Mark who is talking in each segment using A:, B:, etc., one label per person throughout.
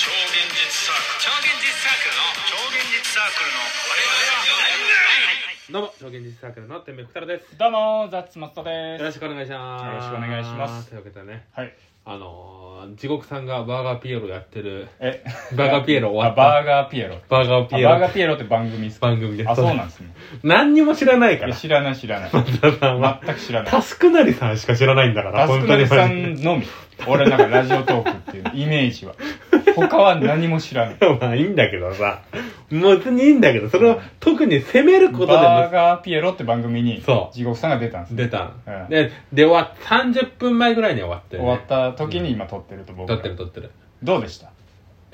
A: サークル超現実サークルの超現実サークルの我々は
B: どうも超現実サークルの天命くたらです
C: どうもザッツ松田
B: よろ
C: で
B: し
C: す。
B: くお願いします
C: よろしくお願いします
B: というわけでね
C: はい。
B: あのー、地獄さんがバーガーピエロやってる
C: え、
B: バーガーピエロ終わ
C: あ
B: った
C: バーガーピエロ。
B: バーガーピエロ
C: あバーガーピエロって番組ですか。
B: 番組です
C: あ、そうなんですね。
B: 何にも知らないか
C: え
B: ら
C: 知らない知らない。
B: 松田さんは
C: 全く知らない
B: タ。スクなりさんしか知らないんだから
C: タスクナリさ
B: 本
C: んのみ。俺なんかラジオトークっていうイメージは。他は何も知らない。
B: 当にまあいいんだけどさもう別にいいんだけどそれを特に責めることで
C: バー
B: も
C: ガーピエロって番組に
B: そう
C: 地獄さんが出たんですね。
B: 出た
C: うん
B: でで終わっ30分前ぐらいに終わってるね
C: 終わった時に今撮ってると僕
B: 撮
C: ら。
B: ってる撮ってる
C: どうでし
B: い
C: た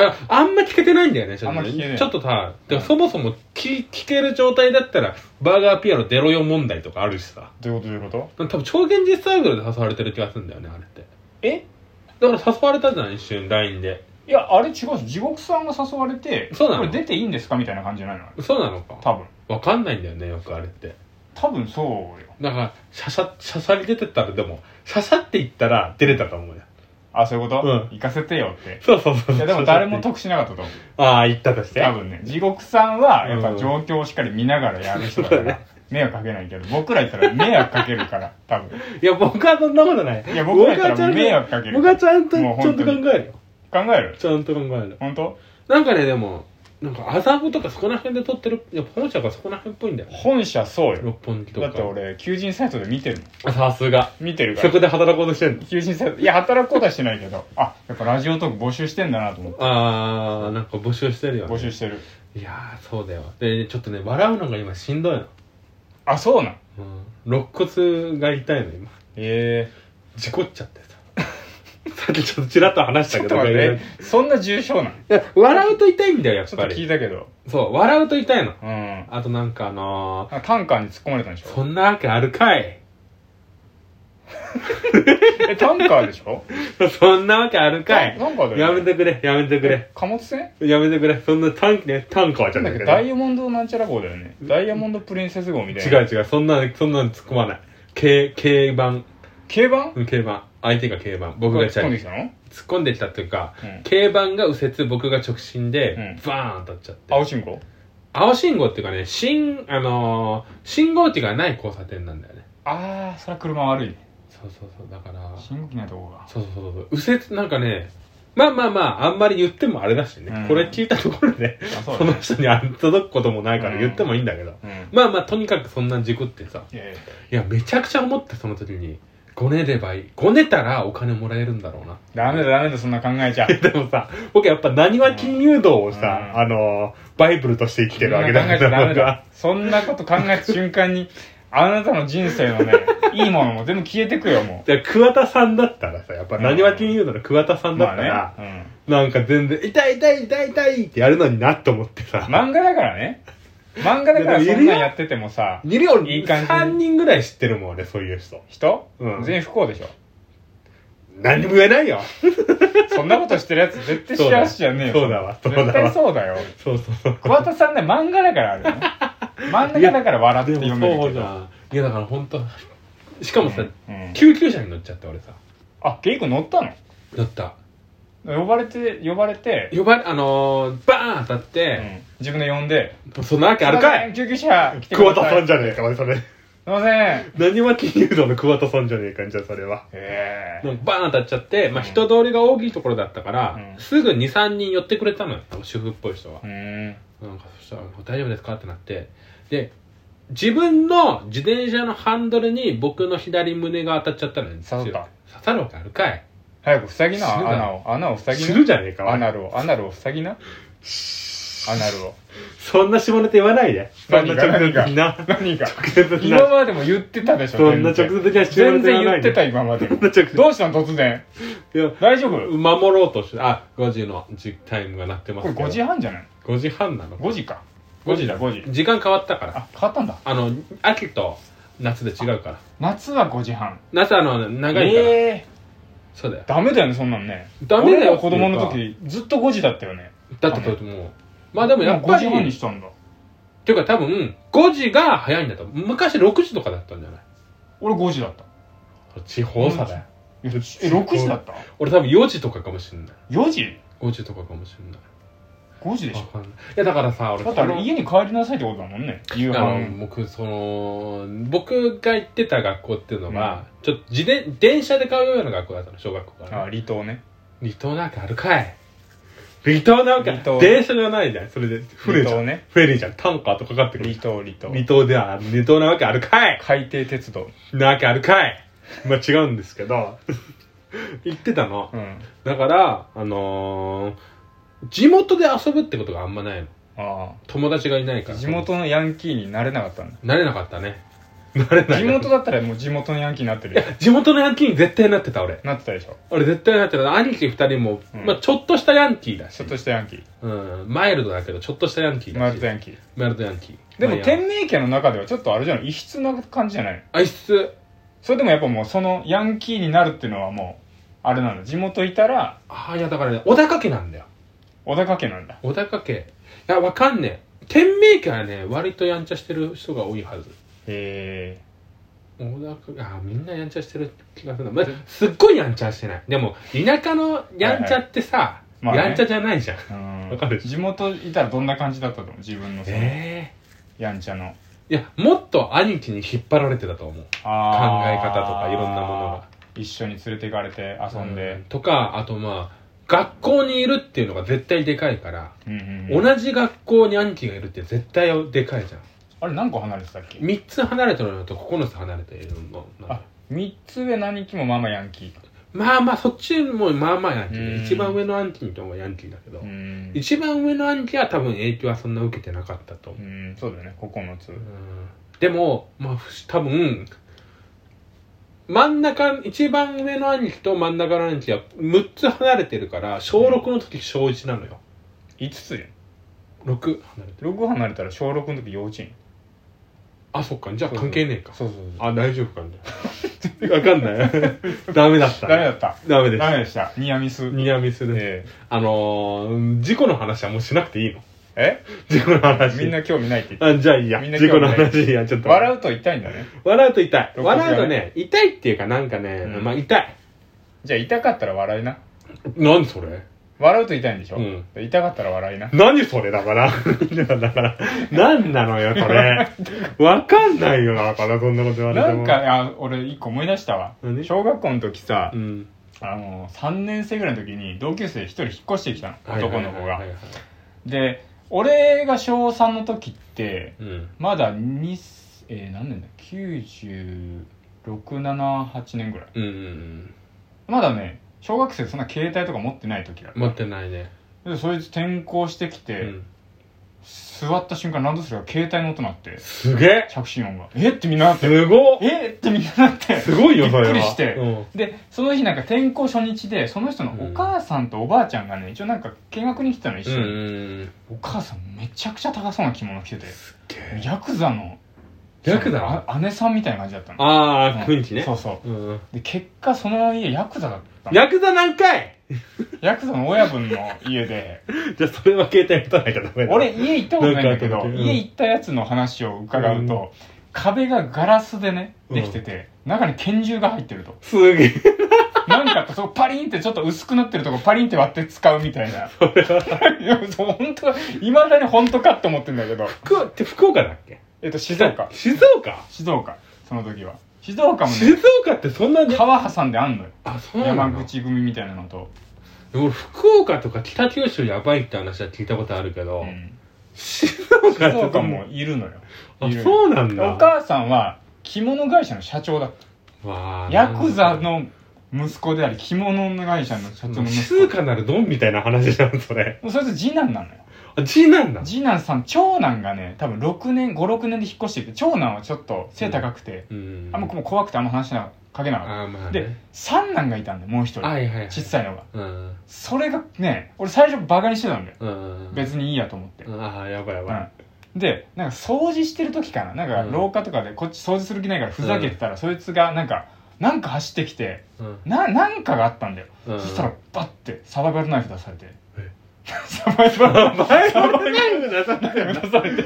B: やあんま聞けてないんだよね、正直
C: あんま聞けない
B: ちょっとさ、
C: うん
B: でそもそも聞聞ける状態だったら、バーガーピアノ出ろよ問題とかあるしさ。
C: どういうことどういうこと
B: 多分超現実サークルで誘われてる気がするんだよね、あれって。
C: え
B: だから誘われたじゃん、一瞬、LINE で。
C: いや、あれ違うし、地獄さんが誘われて、
B: そうなの
C: これ出ていいんですかみたいな感じじゃないの
B: そうなのか。
C: 多分。
B: わかんないんだよね、よくあれって。
C: 多分そうよ。
B: だから、シャシャ、シャシャリ出てったら、でも、シャシャって言ったら出れたと思うよ。
C: あ、そういうこと、
B: うん
C: 行かせてよって。
B: そう そうそう。
C: いや、でも誰も得しなかったと思う。
B: ああ、言ったとして。
C: 多分ね、地獄さんは、やっ
B: う
C: ぱ
B: ん
C: 状況をしっかり見ながらやる人だから、迷惑かけないけど、僕ら言ったら迷惑かけ るから、多分。
B: いや、僕はそんなことない。
C: いや僕らやったら迷惑かける
B: 僕はちゃんと、僕
C: もう
B: はちゃんと
C: 本
B: ち
C: 当
B: ゃ
C: に
B: んと考えるよ。
C: 考える
B: ちゃんと考える。
C: 本当
B: なんかね、でも、なんか麻布とかそこら辺で撮ってる、やっぱ本社がそこら辺っぽいんだよね。
C: 本社そうよ。
B: 六本木と
C: だ
B: か。
C: って俺、求人サイトで見てるもん。
B: さすが。
C: 見てるか
B: そ
C: ら。
B: こで働こうとしてんの。
C: 求人サイト、いや、働くことはしてないけど、あ、やっぱラジオトーク募集してんだなと思って。
B: あー、なんか募集してるよ、ね。
C: 募集してる。
B: いやー、そうだよ。で、ちょっとね、笑うのが今しんどいの。
C: あ、そうなん。
B: うん。肋骨が痛いの、今。
C: え
B: 事故っちゃ ってさ。さっきちょっとちらっと話し
C: え
B: たけ
C: ちょっと
B: ど、
C: 待っ
B: 俺
C: て、そんな重症なん
B: いや笑うと痛いんだよ、やっ
C: ちょっ
B: ぱ
C: と聞い
B: り。
C: たけど。
B: そう、笑うと痛いの。
C: うん。
B: あとなんかあの
C: あタンカーに突っ込まれたんでし
B: ー、
C: ょ
B: そんなわけあるかい。
C: え、タンカーでしょ
B: そんなわけあるかい。
C: タンカーだよね
B: やめてくれ、やめてくれ。
C: 貨物船
B: やめてくれ、そんな短期ね、短歌はじゃ
C: な
B: なん
C: だ
B: く
C: っけ
B: て
C: ダイ
B: ね。
C: ヤモンドなんちゃら号だよね。ダイヤモンドプリンセス号みた
B: 違
C: いな。
B: う。違う、そんな、そんなの突っ込まない。軽、軽バ
C: 競馬
B: ン、軽バン。相手が軽バン、僕がチ
C: 突っ
B: ャ
C: 込んで
B: リ。
C: きたの
B: 突っ込んできたっていうか
C: うん、
B: 軽バンが右折、僕が直進で
C: う、
B: バーン当たっちゃって。
C: 青信号
B: 青信号っていうかね、信、あのー、信号機がない交差点なんだよね。
C: あー、そりゃ車悪いね。
B: そうそうそう、だから、そう
C: 信号機ないとこが。
B: そうそうそう、右折、なんかね、まあまあまあ、あんまり言ってもあれだし
C: う
B: ね
C: ん、
B: これ聞いたところで、
C: あ、そう
B: そ
C: だ
B: の
C: ね。
B: 人にあ届くこともないから言ってもいいんだけど。
C: うん。
B: まあまあ、とにかくそんな事故ってさ、
C: いやいや
B: いや、めちゃくちゃ思った、その時に。ごねればいい。ごねたらお金もらえるんだろうな。
C: ダメだダメだ、そんな考えちゃ。
B: でもさ、僕やっぱ何は金融道をさ、
C: うん
B: あのー、バイブルとして生きてるわけだ
C: そんな考えち
B: か
C: ゃダ
B: ら、
C: メ
B: 僕は
C: だ。そんなこと考えた瞬間に、あなたの人生の ね、いいものも全部消えてくよ、も
B: で桑田さんだったらさ、やっぱ何は金融道の桑田さ
C: う。
B: んだった
C: ま
B: ら、
C: あね。
B: なんか全然、痛い痛い痛い痛いってやるのになと思って
C: う
B: さ
C: ん。、漫画だからね。漫画だからそんなんやっててもさ、
B: いるよ、
C: いい感じ
B: 3人ぐらい知ってるもんね、そういう人。
C: 人
B: うん
C: 全員不幸でしょ。
B: 何にも言えないよ。
C: そんなことしてるやつ絶対 幸せじゃねえよ。
B: そうだわそうだわ
C: 絶対そうだよ。
B: そうそうそう。
C: 桑田さんね、漫画だからあるよ ね。漫画だから笑って
B: でも
C: 読める
B: そ
C: け
B: う
C: ど。
B: だ。いや、だから本当しかもさ、
C: うんうん
B: 救急車に乗っちゃって、俺さ。
C: あ、ゲイ君乗ったの
B: 乗った。
C: 呼ばれて、呼ばれて、
B: 呼ばれ、あのー、バーン当たっ
C: う
B: て、
C: ん自分で呼んで、
B: そんなわけあるかい
C: すません救急車来てく
B: 桑
C: だ
B: 田
C: さ
B: さ
C: い。
B: ん
C: す
B: じゃねえか、お前それ。
C: いません。
B: 何は金融道の桑田さんじゃねえか、じゃあそれは。
C: え
B: なんかバーン当たっちゃって、まあ、人通りが大きいところだったから、
C: うん
B: すぐ2、3人寄ってくれたのよ、主婦っぽい人は
C: え。。うん。
B: なんかそしたら、大丈夫ですかってなって。で、自分の自転車のハンドルに僕の左胸が当たっちゃったのよ。
C: 刺さっ
B: 強
C: た
B: く刺さるわけあるかい
C: 早く塞ぎな、
B: 死ぬな
C: 穴を。穴を塞ぎな。
B: 死ぬじゃねえかおい
C: アナルを、アナルを塞ぎな。ア ナルを。
B: そんな下ネタ言わないで。そんな
C: 何が
B: 直接的な。
C: 何が
B: 直接的
C: 今
B: な。
C: までも言ってたでし ょ。
B: そんな直
C: 全
B: 接
C: 然
B: 的な下ネ
C: 全
B: タ
C: 然
B: 言わない
C: 言って
B: で。
C: た、今までも。
B: そんな直接
C: どうしたの突然。
B: いや
C: 大丈夫
B: 守ろうとして、あ、5時のじタイムが鳴ってま
C: これ
B: すけど。
C: 5時半じゃない
B: 5時半なの
C: ?5 時か。
B: 5
C: 5
B: 時
C: 時
B: だ
C: だ、5時。
B: 時間変わったから。
C: あ、変わったんだ。
B: あの、秋と夏で違うから。
C: 夏は5時半。
B: 夏あの、長いから。
C: ええ
B: そうだよ。
C: ダメだよね、そんなんね。
B: ダメだよ
C: 俺ら子供の時、ずっと5時だったよね。
B: だってとってもう。まあでもやっ
C: 5
B: ぱ
C: 時
B: り、
C: 半にしたんだ。
B: っていうか多分、5時が早いんだと思う。昔6時とかだったんじゃない
C: 俺5時だった。
B: 地方差だよ。
C: いやえ、6時だった
B: 俺多分4時とかかもしんない。
C: ?4 時
B: 5時とかかもしんない。
C: 5時でし
B: わ
C: ょ
B: かんないいやだからさ俺
C: だってあ
B: こ
C: れ
B: の
C: 家に帰りなさいってことだもんね夕
B: あの
C: 飯
B: 僕その僕が行ってた学校っていうのは、ちょっと自転電車で通うような学校だったの小学校から、
C: あ離島ね
B: 離島なんかあるかい離島なんか
C: 離島
B: 電車じゃないじゃんそれでフレ
C: 離
B: じゃ
C: 島
B: ん、
C: ね
B: フェリーじゃんタンカーとかかってくる
C: 離島離島
B: 離島では離島なわけあるかい
C: 海底鉄道
B: なわけあるかいまあ違うんですけ ど行ってたの
C: うん
B: だからあのー地元で遊ぶってことがあんまないの
C: あ
B: 友達がいないか
C: あ
B: ら
C: 地元のヤンキーになれなか ったんだ
B: 慣れなかったね慣れない
C: 地元だったらもう地元のヤンキーになってるよ
B: 地元のヤンキーに絶対なってた俺
C: なってたでしょ
B: 俺絶対なってた兄貴二人も、
C: うん
B: まあ、ちょっとしたヤンキーだし
C: ちょっとしたヤンキー
B: うん、マイルドだけどちょっとしたヤンキーだ
C: マル
B: し
C: トヤンキー
B: マイルドヤンキー
C: でも
B: まあいいや
C: 天明家の中ではちょっとあれじゃない異質な感じじゃないの
B: あいつ
C: それでもやっぱもうそのヤンキーになるっていうのはもうあれなんだ地元いたら
B: ああいやだからね小高家なんだよ
C: 小高家なんだ
B: 小高家いやわかんねえ天明家はね割とやんちゃしてる人が多いはず
C: へ
B: 小高家あーみんなやんちゃしてる気がするな、まあ、すっごいやんちゃはしてないでも田舎のやんちゃってさ、
C: いはいまあね
B: やんちゃじゃないじゃん、
C: え
B: わかる
C: 地元いたらどんな感じだったと思う自分のその
B: え
C: やんちゃの
B: えいやもっと兄貴に引っ張られてたと思う考
C: あー
B: え方とかいろんなものが
C: 一緒に連れて行かれて遊んで、
B: とかあとまあ学校にいるっていうのが絶対でかいから、
C: うんうんうん
B: 同じ学校に兄貴がいるって絶対でかいじゃん
C: あれ何個離れてたっけ
B: 3つ離れてるのと9つ離れているのなん
C: あ
B: か
C: 三3つ上の兄貴もまあまあヤンキーか
B: まあまあそっちもまあまあヤンキー
C: うん
B: で一番上の兄貴のともヤンキーだけど、
C: うん
B: 一番上の兄貴は多分影響はそんな受けてなかったと思
C: う
B: う、
C: んそうだよね9つ
B: うんでもまあふし多分真ん中一番上の兄貴と真ん中の兄貴は6つ離れてるから小6の時小1なのよ
C: 5つじゃん
B: 6離れてる
C: 6離れたら小6の時幼稚園
B: あそっかじゃあ関係ねえか
C: そうそうそう
B: あ大丈夫か ねわかんない ダメだった
C: ダメだった
B: ダメです
C: ダメでしたニアミス
B: ニアミスです、
C: え
B: あのー、事故の話はもうしなくていいの
C: え
B: 事故の話
C: みんな興味ないって言って
B: あじゃあいいや
C: みんな
B: 事故の話いやちょっと
C: 笑うと痛いんだね
B: 笑うと痛い
C: 肋骨がね
B: 笑うとね痛いっていうかなんかね、
C: うん
B: まあ痛い
C: じゃあ痛かったら笑いな
B: 何それ
C: 笑うと痛いんでしょ、
B: うん
C: 痛かったら笑いな
B: 何それだから いやだから何なのよそ れわかんないよだからそんなこと言われ
C: な
B: ても
C: んかあ俺一個思い出したわ
B: 何
C: 小学校の時さ、
B: うん
C: あの3年生ぐらいの時に同級生一人引っ越してきたの男の子
B: はいはいはい
C: が
B: はい
C: で俺が小3の時って
B: うん
C: まだにえー、何年だ9678年ぐらい
B: うんうんうん
C: まだね小学生そんな携帯とか持ってない時だ
B: 持ってないね、
C: でそいつ転校してきて、
B: うん、
C: 座った瞬間ランドセルが携帯の音鳴って
B: すげえ
C: 着信音がえってみんななって
B: すごっ
C: えってみんななって
B: すごいよそれは
C: びっくりして
B: うん
C: でその日なんか転校初日でその人のお母さんとおばあちゃんがね一応なんか見学に来てたの一
B: うん
C: 緒
B: うん
C: に、
B: うん
C: お母さんめちゃくちゃ高そうな着物着ててヤクザの
B: ヤクザ
C: あ姉さんみたいな感じだったの
B: ああ
C: うん
B: くんちね
C: そうそう
B: うん
C: で結果その家ヤクザだったの
B: ヤクザ何回
C: ヤクザの親分の家で
B: じゃあそれは携帯持たないとダメだ
C: 俺家行ったことないんだけ
B: な
C: ど
B: んかあったっけうん
C: 家行ったやつの話を伺うと、壁がガラスでねできてて、中に拳銃が入ってると
B: すげえ
C: なんかそこパリンってちょっと薄くなってるとこパリンって割って使うみたいな。 いや、そう本当いまだに本当かって思ってんだけど。
B: 福岡って福岡だっけ
C: えっと、静岡。
B: 静岡
C: 静岡。その時は。静岡も
B: 静
C: ね、
B: 岡ってそんなね
C: 川挟んであんのよ。
B: あそうな
C: 山
B: の
C: 口組みたいなのと。
B: でも福岡とか北九州やばいって話は聞いたことあるけど、
C: うん
B: 静
C: 静
B: 岡って
C: 岡もいるのよ。
B: あ
C: いる
B: そうなんだ
C: お母さんは着物会社の社長だっ
B: わあ
C: た。ヤクザの息子であり、着物会社の社長の息
B: 静
C: 子。
B: かなるドンみたいな話じゃんそれ
C: そいつ次男なのよ。
B: あ次男だ
C: 次男さん長男がね多分6年56年で引っ越してきて長男はちょっと背高くて、
B: うん
C: あんまもう怖くてあんま話しなかけなかった、
B: あまあね
C: で三男がいたんでもう一人、
B: はいはいはい
C: 小さいのが
B: うん
C: それがね俺最初バカにしてたんだよ、
B: うん
C: 別にいいやと思って、
B: ああやばいやばい、
C: うんでなんか掃除してる時かななんか
B: うん
C: 廊下とかでこっち掃除する気ないからふざけてたら、そいつがなんかなんか走ってきて
B: うん
C: ななんかがあったんだよ、
B: うん
C: そしたらバッてサバイバルナイフ出されて
B: え
C: サバイバルナイフ
B: バイバイ
C: 出されてえっ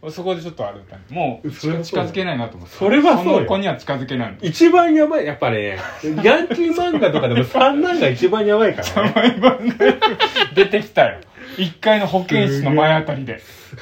C: と
B: え
C: そこでちょっとあれだったねもう
B: それはそう
C: 近
B: だ
C: づけないなと思って
B: それはそうよ
C: の子には近づけない
B: 一番やばい、やっぱね、ヤンキー漫画とかでも三男が一番やばいからね。
C: 出てきたよ1階の保健室の前あたりで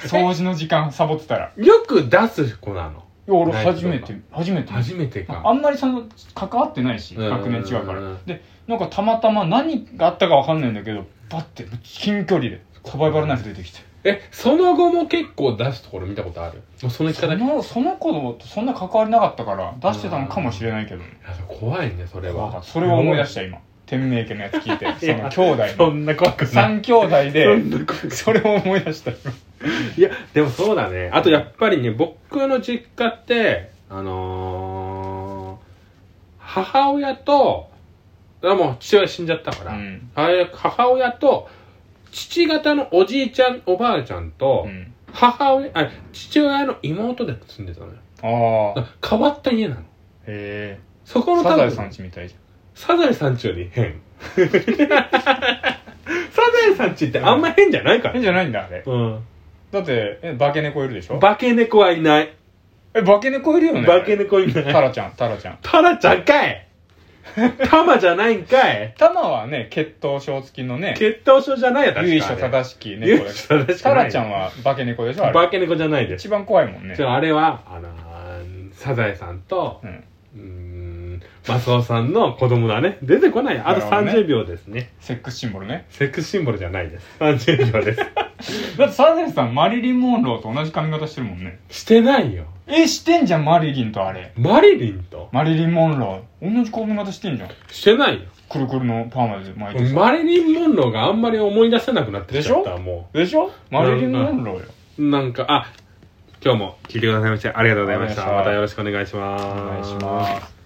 C: 掃除の時間サボってたら
B: よく出す子なの。
C: いや俺
B: ないけ
C: 初
B: ど
C: めて初めて
B: 初めてか。
C: あんまりその関わってないし
B: うん
C: 学年違うから
B: うん
C: でなんかたまたま何があったかわかんないんだけどバッて近距離でサバイバルナイフ出てきて
B: え、その後も結構出すところ見たことあるもうその言い
C: そ
B: 方だけ。い
C: のその子とそんな関わりなかったから出してたのかもしれないけど
B: や怖いね、それは。
C: それを思い出した今天明家のやつ聞いてその兄弟
B: そ
C: の
B: んな怖くない。
C: 3兄弟
B: そ
C: で
B: んな怖くない
C: それを思い出した今
B: いや、でもそうだね。あとやっぱりね、僕の実家って、あのー、母親と、あもう父親死んじゃったから、
C: うん
B: 母親母親と、父方のおじいちゃん、おばあちゃんと
C: う、ん
B: 母親、あ、父親の妹で住んでたのよ。
C: ああ
B: だから変わった家なの。
C: へえ
B: そこの
C: サ
B: 多
C: ザエ
B: 分、
C: さんちみたいじ
B: サザエさんちより変。サザエさんちってあんま変じゃないか
C: ゃん変
B: ら。
C: じゃないんだあれ
B: うん。
C: だってえ化け猫いるでしょ
B: 化け猫はいない。
C: え化け猫いるよね
B: 化け猫いない。
C: タラちゃんタラちゃん
B: タラちゃんかいタマじゃないんかい
C: タマはね血統症付きのね
B: 血統症じゃないや
C: 由緒
B: だ
C: 正しき猫
B: 由緒
C: です
B: 正しくない
C: タラちゃんは化け猫でしょあ
B: 化
C: れ
B: け猫じゃないです
C: 一番怖いもんね
B: じゃああれはあのーサザエさんと
C: うん
B: うーんマスオさんの子供だね出てこないあと
C: なるほどね
B: 30秒ですね
C: セックスシンボルね
B: セックスシンボルじゃないです30秒です
C: だってサザエさんマリリン・モンローと同じ髪型してるもんね
B: してないよ
C: えしてんじゃんマリリンとあれ
B: マリリンと
C: マリリン・モンロー同じ髪型してんじゃん
B: してないよ
C: くるくるのパーマで巻いてさ
B: マリリン・モンローがあんまり思い出せなくなってきちゃったも
C: でしょマリリン・モンローよ
B: うなんかあ今日も聞いてくださいましてありがとうございました
C: ありがとうございました
B: またよろしくお願いします
C: お願いします